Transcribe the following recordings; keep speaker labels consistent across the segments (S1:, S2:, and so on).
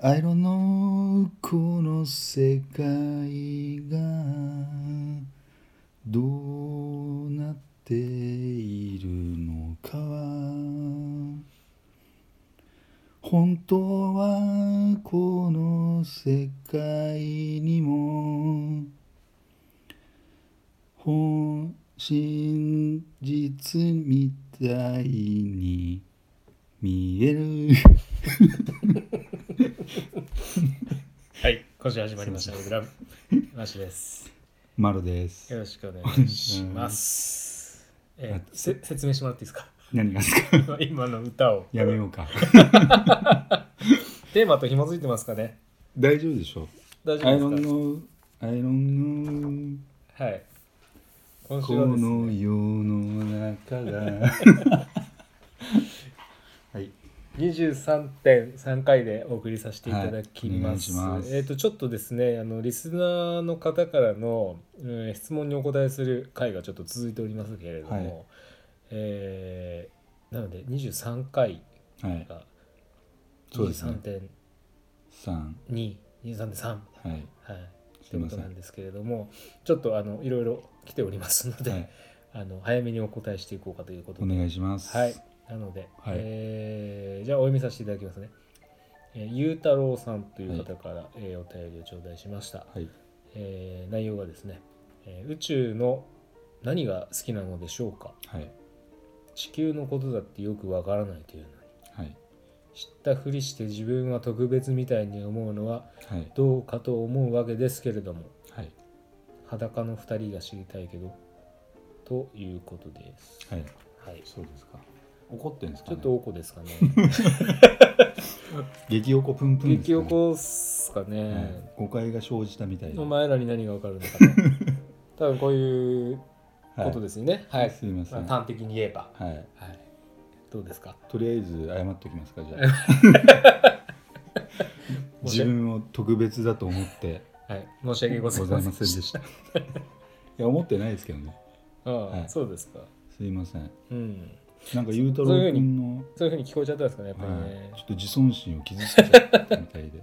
S1: I don't know この世界がどうなっているのかは本当はこの世界にも本真実みたいに見える
S2: はい、今週始まりました、ね。グラム。マシです。
S1: マロです
S2: よろしくお願いします。えーせ説明してもらっていいですか
S1: 何がですか
S2: 今の歌を。
S1: やめようか
S2: テーマと紐づいてますかね
S1: 大丈夫でしょ
S2: 大丈
S1: アイロ
S2: 夫
S1: ン
S2: です
S1: のアイロンの
S2: かはい。今週
S1: こ
S2: はです
S1: の
S2: ね、
S1: 世の中 がはい
S2: 23.3回でお送りさせていただきます。
S1: はいお願いします
S2: えっ、と、ちょっとですね、あの、リスナーの方からの、うん質問にお答えする回がちょっと続いておりますけれども、
S1: はい
S2: えーなので23回
S1: はい
S2: が
S1: そうですね
S2: 23.3
S1: 三
S2: 2 23.3は
S1: はい
S2: い
S1: す
S2: と
S1: い
S2: いう
S1: ま
S2: こ
S1: せん
S2: となんですけれどもちょっとあのいろいろ来ておりますので、
S1: はい
S2: あの早めにお答えしていこうかということで
S1: お願いします
S2: はいなので、
S1: はい
S2: えーじゃあお読みさせていただきますね、えー、ゆうたろうさんという方から、えーお便りを頂戴しました、
S1: はい
S2: えー内容がですね、えー宇宙の何が好きなのでしょうか
S1: はい
S2: 地球のことだってよくわからないというのに
S1: はい
S2: 知ったふりして自分は特別みたいに思うのは
S1: はい
S2: どうかと思うわけですけれども
S1: はい
S2: 裸の2人が知りたいけどということです、
S1: はい
S2: はい、
S1: そうですか怒ってんですか、
S2: ちょ
S1: ね、
S2: っとおこですかね
S1: 激おこぷんぷんです
S2: 激
S1: か
S2: お
S1: ね
S2: こっすかね、
S1: はい、誤解が生じたみたいで
S2: お前らに何が分かるのかな 多分こういうことですよねはい、
S1: すいません
S2: まあ端的に言えば、
S1: はい
S2: はい、どうですか
S1: とりあえず謝っておきますかじゃあ 自分を特別だと思って
S2: はい申し訳ござ
S1: ご
S2: い
S1: ざ
S2: ま
S1: い
S2: せん
S1: ません でしたいや思ってないですけどね
S2: ああ、
S1: はい
S2: そうですか
S1: すいません
S2: うん
S1: なんかゆうたろ
S2: そういうふ
S1: う
S2: うに
S1: 君の
S2: そういうふうに聞こえちゃったんですかねやっぱり
S1: は
S2: ね
S1: い、ちょっと自尊心を傷つけちゃったみたいで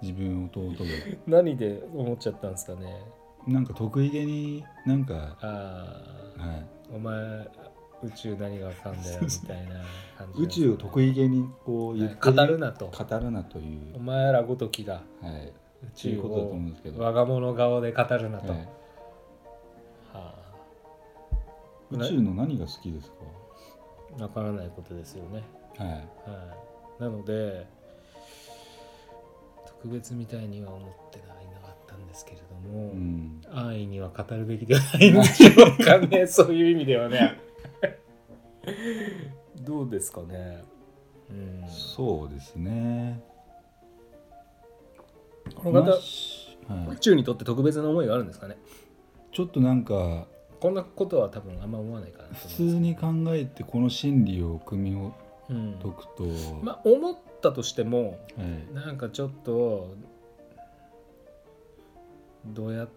S1: 自分を尊ぶ
S2: 何で思っちゃったんですかね
S1: なんか得意げになんか、
S2: ああ
S1: は
S2: お前宇宙何がわかんだよみたいな感
S1: い、
S2: じ
S1: 宇宙を
S2: 意
S1: 得意げにこう言って
S2: 語るなと
S1: 語るなとい
S2: お
S1: う、
S2: 前らごときが
S1: はい、
S2: 宇
S1: とい
S2: 宙
S1: うことだと思
S2: を
S1: うんですけど、
S2: 我が物顔で語るなと、
S1: はい
S2: は
S1: 宇宙の何が好きです
S2: あ、わからないことですよね、
S1: か、はい、
S2: はい、なので特別みたいには思ってないなかったんですけれども、
S1: うん、
S2: 安易には語るべきではないんでしょうか ねそういう意味ではねどうですかねうん
S1: そうですね。
S2: この方
S1: ましは
S2: 宇
S1: い、
S2: 宙にとって特別な思いがあるんですかね
S1: ちょっとなんか
S2: こんなことは多分あんま思わないかなと思うんです
S1: 普
S2: け
S1: 通
S2: ど
S1: に考えてこの心理を組み
S2: うん
S1: 解くと、
S2: まあ思ったとしても
S1: はい、
S2: なんかちょっとどうやっ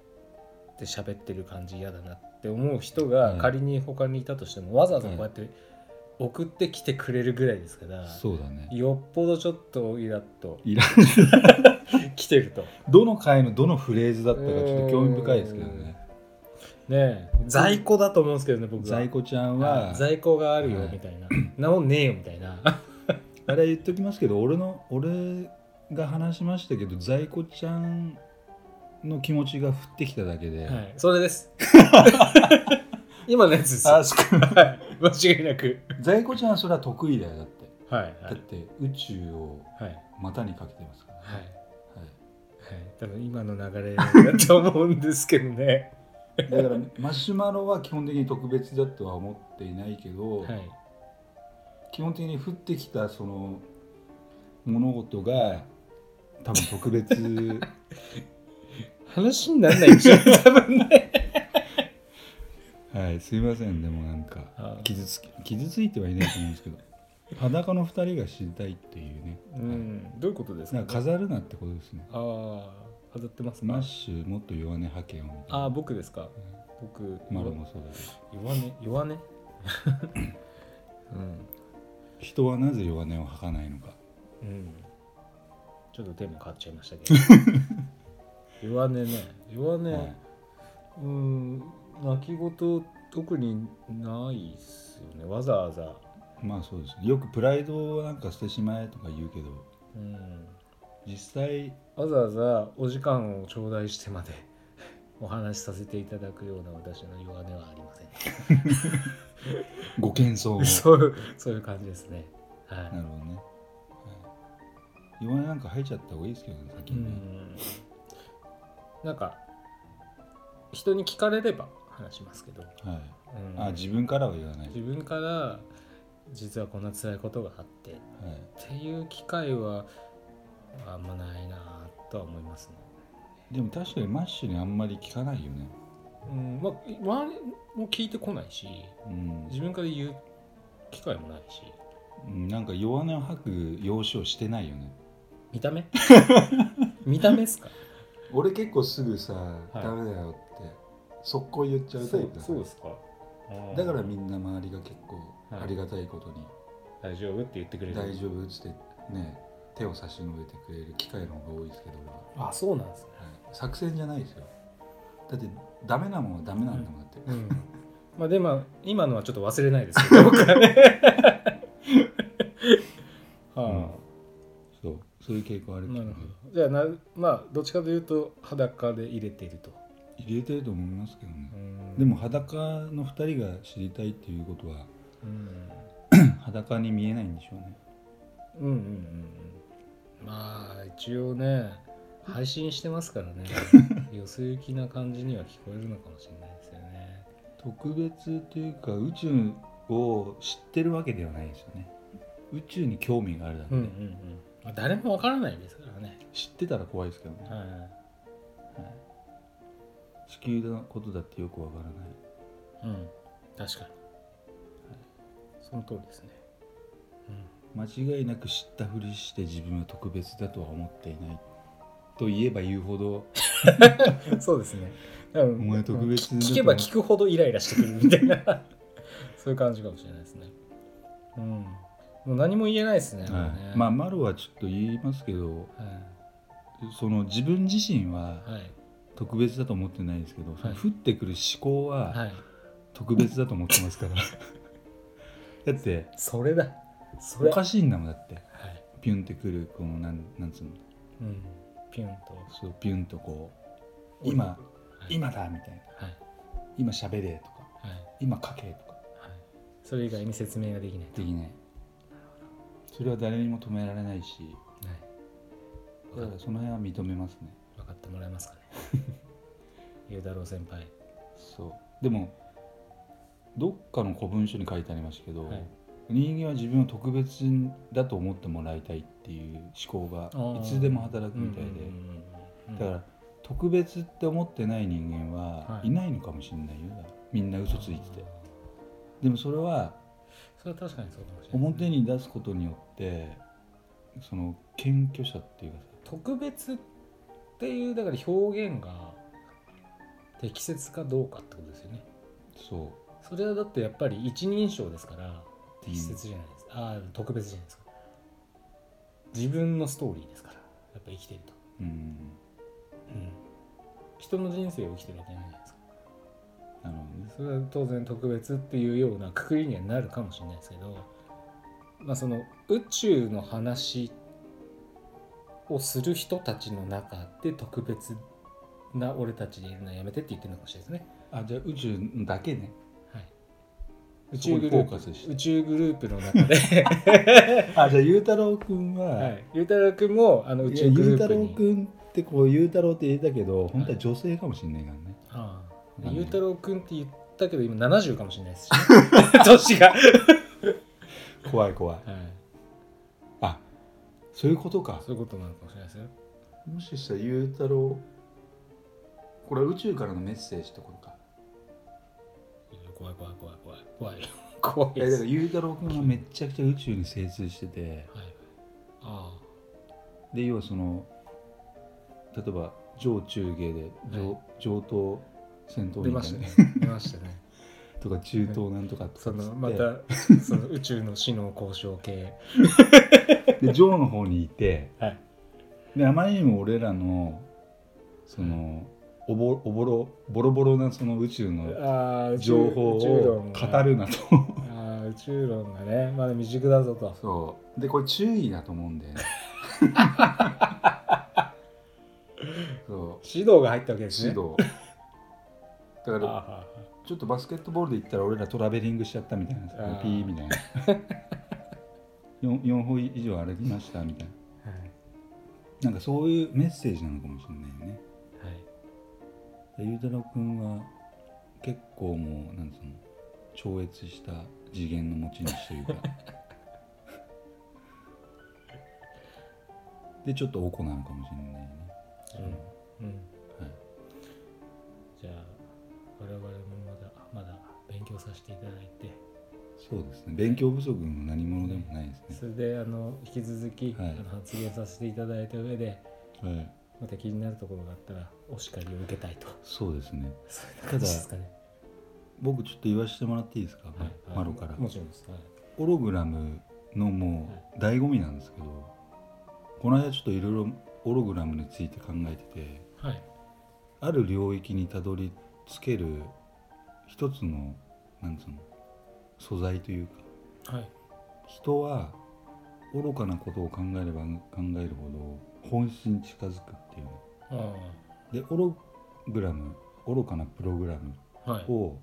S2: て喋ってる感じ嫌だなって思う人
S1: う
S2: が
S1: ん
S2: 仮に他にいたとしてもわざわざこうやって送ってきてくれるぐらいですから、
S1: そうだね。
S2: よっぽどちょっとイラッと
S1: いら
S2: 来てると
S1: どの回のどのフレーズだったかちょっと興味深いですけどね。
S2: ねえ在庫だと思うんですけどね僕は
S1: 在庫ちゃん
S2: は
S1: はい
S2: 在庫があるよ
S1: はい
S2: みたいな、なもんねえよみたいな
S1: あれは言っときますけど俺の俺が話しましたけど在庫ちゃんの気持ちが降ってきただけで、
S2: はい、それです 今のやつです
S1: あ
S2: は
S1: そっか
S2: い間違いなく
S1: 在庫ちゃんそれは得意だよだって、
S2: はいは
S1: だっ
S2: い
S1: て宇宙を
S2: はい
S1: 股にかけてますから、
S2: はい、はい、
S1: は
S2: 多分今の流れだと思うんですけどね
S1: い、だからマシュマロは基本的に特別だとは思っていないけど、
S2: はい
S1: 基本的に降ってきたその物事が多分特 別
S2: 話にならないでしょ多分ね
S1: はいすいませんでもなんか
S2: あー
S1: 傷つき傷ついてはいないと思うんですけど裸の2人が知りたいっていうね、
S2: うんどういうことですか,、
S1: なんか飾るなってことですね
S2: ああ飾ってます
S1: マ
S2: か
S1: ッシュもっと弱音派遣をみたいな
S2: ああ僕ですか僕
S1: マロもそうだけど
S2: 弱音弱音うん
S1: 人はなぜ弱音を吐かないのか
S2: うんちちょっとテーマ変わっちゃいましたけど弱音ね弱音、
S1: はいう
S2: ーん泣き言特にないっすよねわざわざ
S1: まあそうですねよくプライドをなんかしてしまえとか言うけど
S2: うん
S1: 実際
S2: わざわざお時間を頂戴してまで お話しさせていただくような私の弱音はありません
S1: ご謙遜を
S2: そういうそういう感じですねはい、
S1: なるほどね、はい、弱音なんか入っちゃった方がいいですけどね先
S2: う
S1: にね、
S2: んなんか人に聞かれれば話しますけど、
S1: はい、
S2: うん
S1: あ自分からは言わない、はい
S2: 自分から実はこんな辛いことがあってっていう機会はあんまないなとは思いますね。
S1: でも確かにマッシュにあんまり聞かないよね
S2: うんまあ、周りも聞いてこないし
S1: うん
S2: 自分から言う機会もないし
S1: うんなんか弱音を吐く容姿をしてないよね
S2: 見 た目見た目っすか
S1: 俺結構すぐさ、
S2: い
S1: ダメだよって速攻言っちゃうタイプだから
S2: すか
S1: だからみんな周りが結
S2: はい
S1: 構ありがたいことに、
S2: 大丈夫って言ってくれる
S1: 大丈夫っつってね手を差し伸べてくれる機会の方が多いですけど俺は、
S2: あそうなんですね、
S1: はい作戦じゃないですよだってダメなものはダメなんだもんだって、
S2: うん、 まあでも今のはちょっと忘れないですけど 僕はねはあ、
S1: そうそういう傾向あるけ
S2: な
S1: ど
S2: る
S1: ね
S2: ほどじゃあなまあどっちかというと裸で入れていると、
S1: 入れてると思いますけどね、
S2: うん
S1: でも、裸の2人が知りたいっていうことは
S2: うん、
S1: 裸に見えないんでしょうね
S2: うんうんうんうんまあ一応ね配信してますから ねよそ行きな感じには聞こえるのかもしれないですよね
S1: 特別というか宇宙を知ってるわけではないですよね宇宙に興味があるだけ
S2: う
S1: で、
S2: んうんうんまあ誰もわからないですからね、
S1: 知ってたら怖いですけどね、
S2: は
S1: 地球のことだってよくわからない
S2: い、うん確かに、その通りですね、うん、
S1: 間違いなく知ったふりして自分は特別だとは思っていないと言えば言うほど
S2: そうですね。お
S1: お前特別
S2: 聞
S1: だと
S2: 聞けば聞くほどイライラしてくるみたい なそういう感じかもしれないですね。うん。もう何も言えないですね。もうね
S1: まあマロはちょっと言いますけど
S2: はい
S1: その自分自身は
S2: はい
S1: 特別だと思ってないですけど、その
S2: はい
S1: 降ってくる思考
S2: は。
S1: はい特別だと思ってますから、 だって
S2: それだ。そ
S1: お
S2: れ。
S1: かしいんだもんだって
S2: はい。
S1: ピュンってくるこのなんなんつうの
S2: うん。ピュンと。
S1: そうピュンとこう今
S2: はい
S1: 今だみたいな
S2: はい
S1: 今喋れとか
S2: はいはい。
S1: 今書けとか
S2: それ以外に説明ができない。
S1: できないそれは誰にも止められないし
S2: はい。
S1: だ
S2: わ
S1: か
S2: から
S1: その辺は認めますね
S2: 分かってもらえ ますかね。ゆうだろう先輩。
S1: そうでもどっかの古文書に書いてありましたけど、
S2: はい
S1: 人間は自分を特別だと思ってもらいたいっていう思考が
S2: あー
S1: いつでも働くみたいで、
S2: うんうんうんうん
S1: だから特別って思ってない人間は
S2: はい
S1: いないのかもしれないよ、だからみんな嘘ついててでもそれは
S2: それは確かにそうかもしれないですね。
S1: 表に出すことによってその謙虚さっていうかさ
S2: 特別っていうだから表現が適切かどうかってことですよね
S1: そ
S2: それはだってやっぱり一人称ですから適切じゃないですか、ああ特別じゃないですか自分のストーリーですからやっぱ生きてると、
S1: ううん
S2: 人の人生を生きてるわけじゃないじゃないですか
S1: なるほどね
S2: それは当然特別っていうようなくくりにはなるかもしれないですけどまあその宇宙の話をする人たちの中で特別な俺たちでいるのはやめてって言ってるのかもしれないですね。
S1: あじゃあ宇宙だけね
S2: はい、宇
S1: そこ
S2: 宙
S1: に
S2: グ
S1: フ
S2: ル
S1: ォ
S2: ー
S1: ーカ
S2: プ
S1: スして
S2: 宇宙グループの中で、
S1: あじゃあ裕太郎君は、
S2: はい、ゆうたろうくんもあの宇
S1: いや
S2: 宙グ
S1: 裕
S2: ルー
S1: 太
S2: プ
S1: 郎
S2: に。
S1: 君ってこう裕太郎って言えたけど本当は女性かもしれないからね、
S2: ああ
S1: なんで
S2: ゆうたろうくんって言ったけど今70かもしれないですし、 年が、はい。
S1: 怖い怖いあそういうことか
S2: そういうことなのかもしれないですよ。
S1: もしかしたら裕太郎これは宇宙からのメッセージってことか
S2: 怖い怖い怖い怖い怖い怖い
S1: いやだから裕太郎君はめっちゃくちゃ宇宙に精通してて
S2: はい、あ
S1: で要はその例えば上中下で上,、上等戦
S2: あ
S1: 闘
S2: 出
S1: 員
S2: ま
S1: か
S2: した
S1: ね
S2: ね出ましたね
S1: とか中東なんとかとか
S2: そ
S1: っつって
S2: のまたその宇宙の死の交渉系
S1: で上の方にいて
S2: はい
S1: であまりにも俺らのその、おぼおぼろボロボロなその宇宙の
S2: あー宇宙
S1: 情報
S2: 宇宙論
S1: を
S2: が
S1: 語るなと
S2: あー宇宙論がねまだ未熟だぞと
S1: そうでこれ注意だと思うんだよ ねそう
S2: 指導が入ったわけですね
S1: 指導だか
S2: あー
S1: ら
S2: は
S1: ちょっとバスケットボールで言ったら俺らトラベリングしちゃったみたいな
S2: あー
S1: ピーみたいな 4, 4歩以上歩きましたみたいな
S2: ーは
S1: なんかそういうメッセージなのかもしれないよね
S2: いはい
S1: でゆうたろうくんは結構もうなんつうの超越した次元の持ち主というか でちょっとおこなのかもしれないね
S2: うんうん
S1: はい
S2: じゃあ我々もまだまだ勉強させていただいて
S1: そうですね勉強不足の何者でもないです
S2: それであの引き続き、
S1: はい
S2: あの発言させていただいた上で
S1: ねはい
S2: また気になるところがあったらお叱りを受けたいと
S1: そうですね
S2: そういう感じですかね、
S1: 僕ちょっと言わせてもらっていいですか、
S2: はい
S1: マロから
S2: もちろんです、はい
S1: オログラムのもう醍醐味なんですけどこの間ちょっといろいろオログラムについて考えてて
S2: はい。
S1: ある領域にたどり着ける一つのなんつうの素材というか
S2: はい。
S1: 人は愚かなことを考えれば考えるほど本質に近づくっていうね
S2: あ
S1: でオログラム愚かなプログラム
S2: あ。はい。
S1: を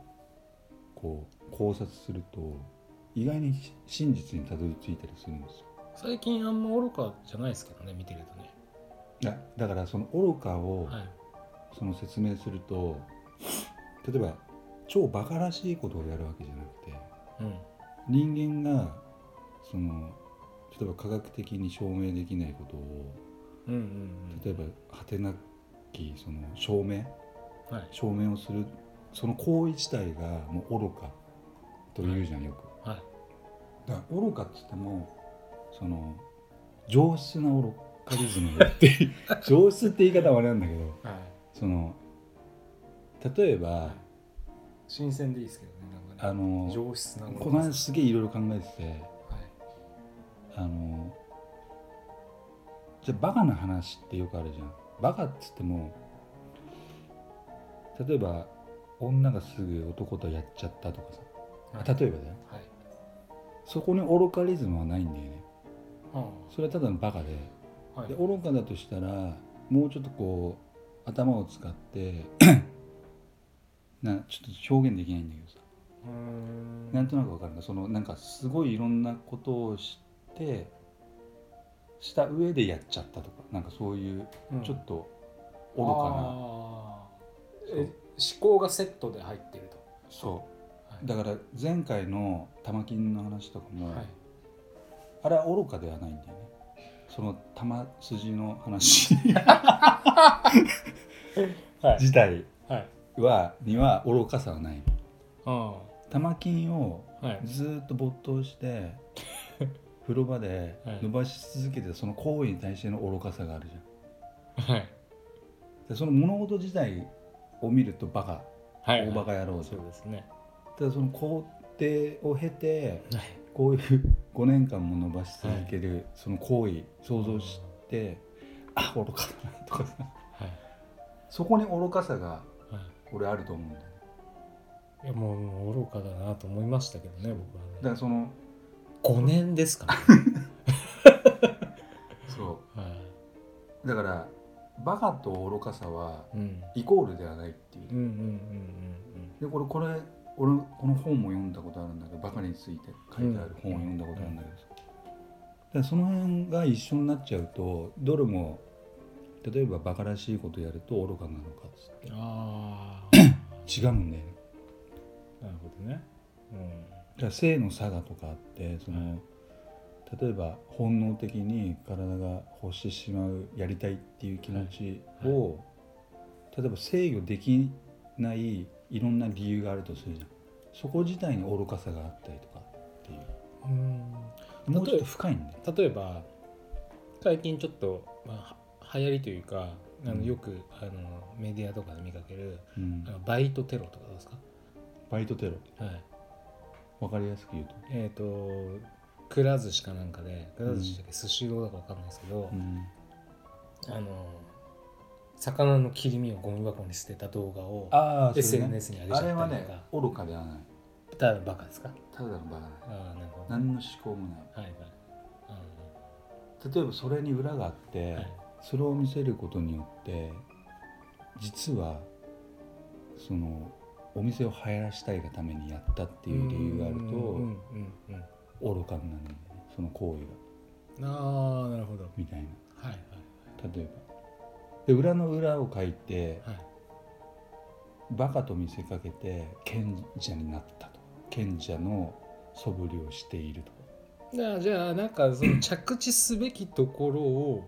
S1: こう考察すると意外にし真実にたどり着いたりするんですよ
S2: 最近あんま愚かじゃないですけどね、見てるとね。
S1: いやだからその愚かを
S2: はい。
S1: その説明すると、例えば超バカらしいことをやるわけじゃなくて
S2: うん。
S1: 人間がその例えば科学的に証明できないことを
S2: うんうん
S1: 例えば果てなきその証明
S2: うん。はい。
S1: 証明をするその行為自体がもう愚かというじゃんよく。
S2: はい。
S1: だから愚かっつってもその上質な愚カリズ ムって上質って言い方はあれなんだけど
S2: はい。
S1: その例えば
S2: 新鮮でいいですけどね、なんか
S1: あ
S2: ね。
S1: の
S2: 上質なもの
S1: この間すげえいろいろ考えてて
S2: はい。
S1: あのじゃあバカな話ってよくあるじゃんバカっつっても例えば女がすぐ男とやっちゃったとかさ
S2: はい。
S1: あ例えばだよ
S2: はい。
S1: そこに愚かリズムはないんだよね
S2: は
S1: それはただのバカで
S2: あはい。
S1: で愚かだとしたらもうちょっとこう頭を使って なちょっと表現できないんだけどさ
S2: うーん
S1: なんとなくわかるんだそのなんかすごいいろんなことを知ってした上でやっちゃったとかなんかそういう
S2: うん
S1: ちょっと愚かな、
S2: あー
S1: そう
S2: え、思考がセットで入ってると。
S1: そう
S2: は
S1: だから前回の玉金の話とか
S2: い。
S1: も、
S2: はい。
S1: あれは愚かではないんだよねその玉筋の話
S2: はい。
S1: 自体
S2: はい。
S1: はには愚かさはない
S2: あ
S1: 玉金を
S2: あ。はい。
S1: ずーっと没頭して 風呂場で伸ばし続けてたその行為に対しての愚かさがあるじゃん
S2: はい。
S1: でその物事自体を見るとバカ
S2: はい。
S1: 大バカ野郎じゃ
S2: そ
S1: ん
S2: うですね。
S1: ただその工程を経て
S2: はい。
S1: こういう5年 間も伸ばし続けるその行為想像してあ愚かだなとかさ
S2: はい。
S1: そこに愚かさが
S2: はい。
S1: 俺あると思うんだよね
S2: いやもうもう愚かだなと思いましたけどね僕は
S1: だか
S2: ね
S1: らその
S2: 5年ですから、ね
S1: そ
S2: は
S1: うだからバカと愚かさはい
S2: うん、
S1: イコールではないっていう
S2: うんうんうん
S1: でこれこれ俺この本も読んだことあるんだけどバカについて書いてある本を読んだことあるんだけど、でその辺が一緒になっちゃうとどれも例えばバカらしいことやると愚かなのかっつ
S2: うんうん
S1: っ
S2: ああ
S1: て違うんだよね
S2: なるほどね
S1: だから性の差がとかあってその、
S2: うん
S1: 例えば本能的に体が欲してしまうやりたいっていう気持ちを、例えば制御できないいろんな理由があるとするじゃんそこ自体に愚かさがあったりとかっていう。
S2: うん
S1: もうちょっと深いんだよ。
S2: 例えば最近ちょっと、まあ、流行りというかあ
S1: うん
S2: のよくあのメディアとかで見かける
S1: うん
S2: あのバイトテロとかどうですか、
S1: バイトテロ。
S2: はい
S1: わかりやすく言うと。
S2: えっ、とくら寿司かなんかでくら寿司だっけスシローだかわかんないですけど、
S1: うん
S2: あの魚の切り身をゴミ箱に捨てた動画を
S1: ああ、それね
S2: SNS に上げちゃ
S1: あ
S2: った
S1: れ
S2: りと
S1: は
S2: か、
S1: ね、愚かではない。
S2: ただバカですか
S1: ただのバカだね。
S2: ああなるほど
S1: 何の思考もない。
S2: はいはいあ
S1: 例えばそれに裏があって、
S2: のはい
S1: それを見せることによって実はそのお店を流行らしたいがためにやったっていう理由がある
S2: うんうんうん
S1: と愚かになるんだよねその行為が
S2: うんああなるほどは
S1: みたいない
S2: はい
S1: 例えばで裏の裏を書いて
S2: はい
S1: バカと見せかけて賢者になったと賢者の素振りをしていると
S2: じゃあじゃあなんかその着地すべきところを、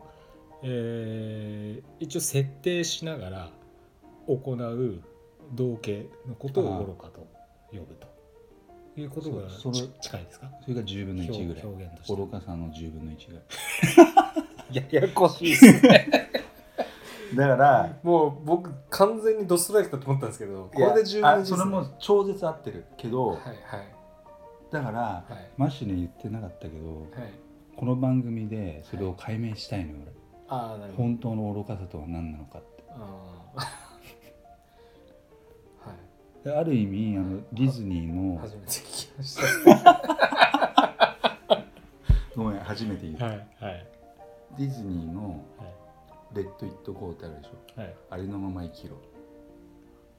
S2: えー一応設定しながら行う同型のことを愚かと呼ぶということが
S1: そうそれ
S2: ち近いですか
S1: それが10分の
S2: 表
S1: 1ぐらい
S2: 表現として
S1: 愚かさの10分の1ぐらい
S2: ややこ しいですね
S1: だから
S2: もう僕完全にドストライクだと思ったんですけどこれで十分
S1: あそれも超絶合ってるけど、
S2: はいはい
S1: だから、
S2: はい
S1: マッシュに言ってなかったけど
S2: はい
S1: この番組でそれを解明したいのよ、
S2: ああな
S1: 俺
S2: るほど
S1: 本当の愚かさとは何なのかって
S2: あ ーはい
S1: である意味あのディズニーの
S2: 初めて聞きました
S1: ごめん初めて言う、
S2: はいはい
S1: ディズニーの
S2: はい
S1: 「レッド・イット・ゴー」ってあるでしょ
S2: はい
S1: ありのまま生きろ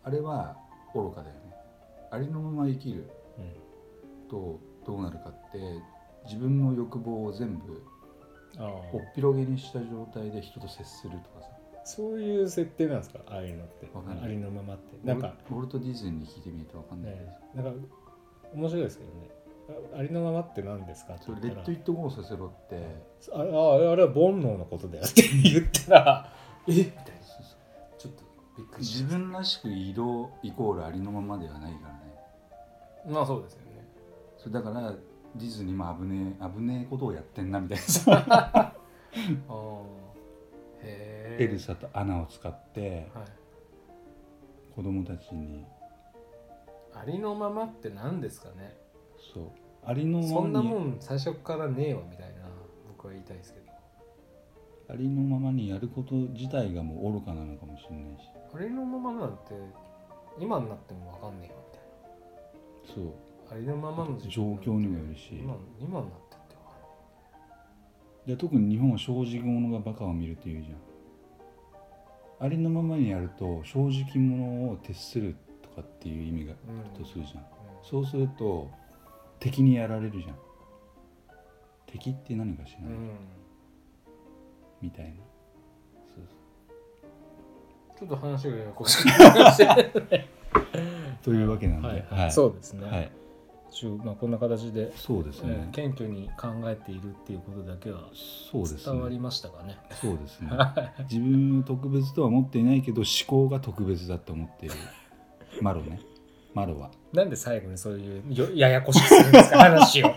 S1: あれは愚かだよねありのまま生きる
S2: うん
S1: とどうなるかって自分の欲望を全部
S2: あ
S1: おっぴろげにした状態で人と接するとかさ
S2: そういう設定なんですかああいうのって
S1: わかんない
S2: ありのままってなんか
S1: ウォルウォルト・ディズニーに聞いてみると分かんないけど
S2: ねなんか面白いですけどねあありのままって何ですかって
S1: そ
S2: 言
S1: れ
S2: っ
S1: レ
S2: た
S1: ッド・イット・ゴーさせろって、
S2: らあああれは煩悩のことだよって言ったらえみたいな
S1: そうそう
S2: ちょっとびっく
S1: 自分らしく色イコールありのままではないからね
S2: まあそうですよね
S1: それだからディズニーも危ねえ危ねえことをやってんなみたいなさ
S2: ああへ
S1: エルサとアナを使って
S2: はい
S1: 子供たちに
S2: ありのままって何ですかね
S1: そうありの
S2: そん
S1: ま
S2: な
S1: ま
S2: も
S1: に
S2: ん最初からねえわみたいな僕は言いたいですけど
S1: ありのままにやること自体がもう愚かなのかもしれないし
S2: ありのままなんて今になっても分かんねえよみたい
S1: そう
S2: なありのままの自分なんて
S1: 状況にもよるし
S2: 今今になってって分かんない
S1: で特に日本は正直者がバカを見るっていうじゃんありのままにやると正直者を徹するとかっていう意味が
S2: うん
S1: あるとするじゃん
S2: うん
S1: そうすると敵にやられるじゃん敵って何か知ら
S2: う
S1: ない、
S2: ん
S1: みたいなそう
S2: ちょっと話がややこしくなってきました
S1: そうというわけなんで、
S2: はい
S1: はい
S2: そうです
S1: う
S2: ね、
S1: はい、
S2: 一応まあ、こんな形で、
S1: そうです
S2: えー
S1: ね、
S2: 謙虚に考えているっていうことだけは
S1: そうです
S2: 伝わり
S1: ね
S2: ましたかね
S1: そうですね自分を特別とは思っていないけど思考が特別だと思っているマロねマロは、
S2: なんで最後にそういうよややこしくするんですか 話を、は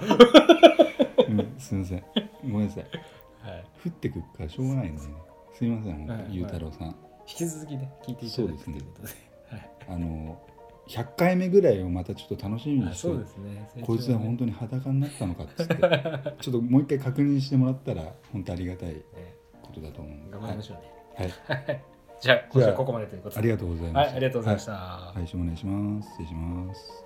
S1: うん、すいませんごめんなさい
S2: い、
S1: 降ってくるからしょうがないんでねすいません本当にゆうたろうさん、
S2: 引き続きね聞いていただくということで
S1: あの100回目ぐらいをまたちょっと楽しみ
S2: あ
S1: にして
S2: そうですね
S1: こいつは本当に裸になったのかっつってちょっともう一回確認してもらったら本当ありがたい
S2: 当ね
S1: ことだと思うんで、
S2: 頑
S1: は
S2: 張り
S1: い
S2: ましょうね、
S1: はい、
S2: じゃあ今週は
S1: じゃあ
S2: ここまでということ
S1: あ
S2: で
S1: りがとうございま
S2: は
S1: し
S2: い
S1: た
S2: ありがとうございました、
S1: はい、配信お願いします失礼します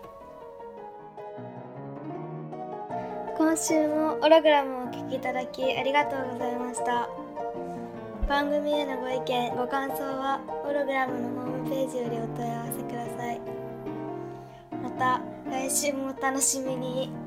S3: 今週もオログラムをお聞きいただきありがとうございました番組へのご意見ご感想はオログラムのホームページよりお問い合わせくださいまた来週もお楽しみに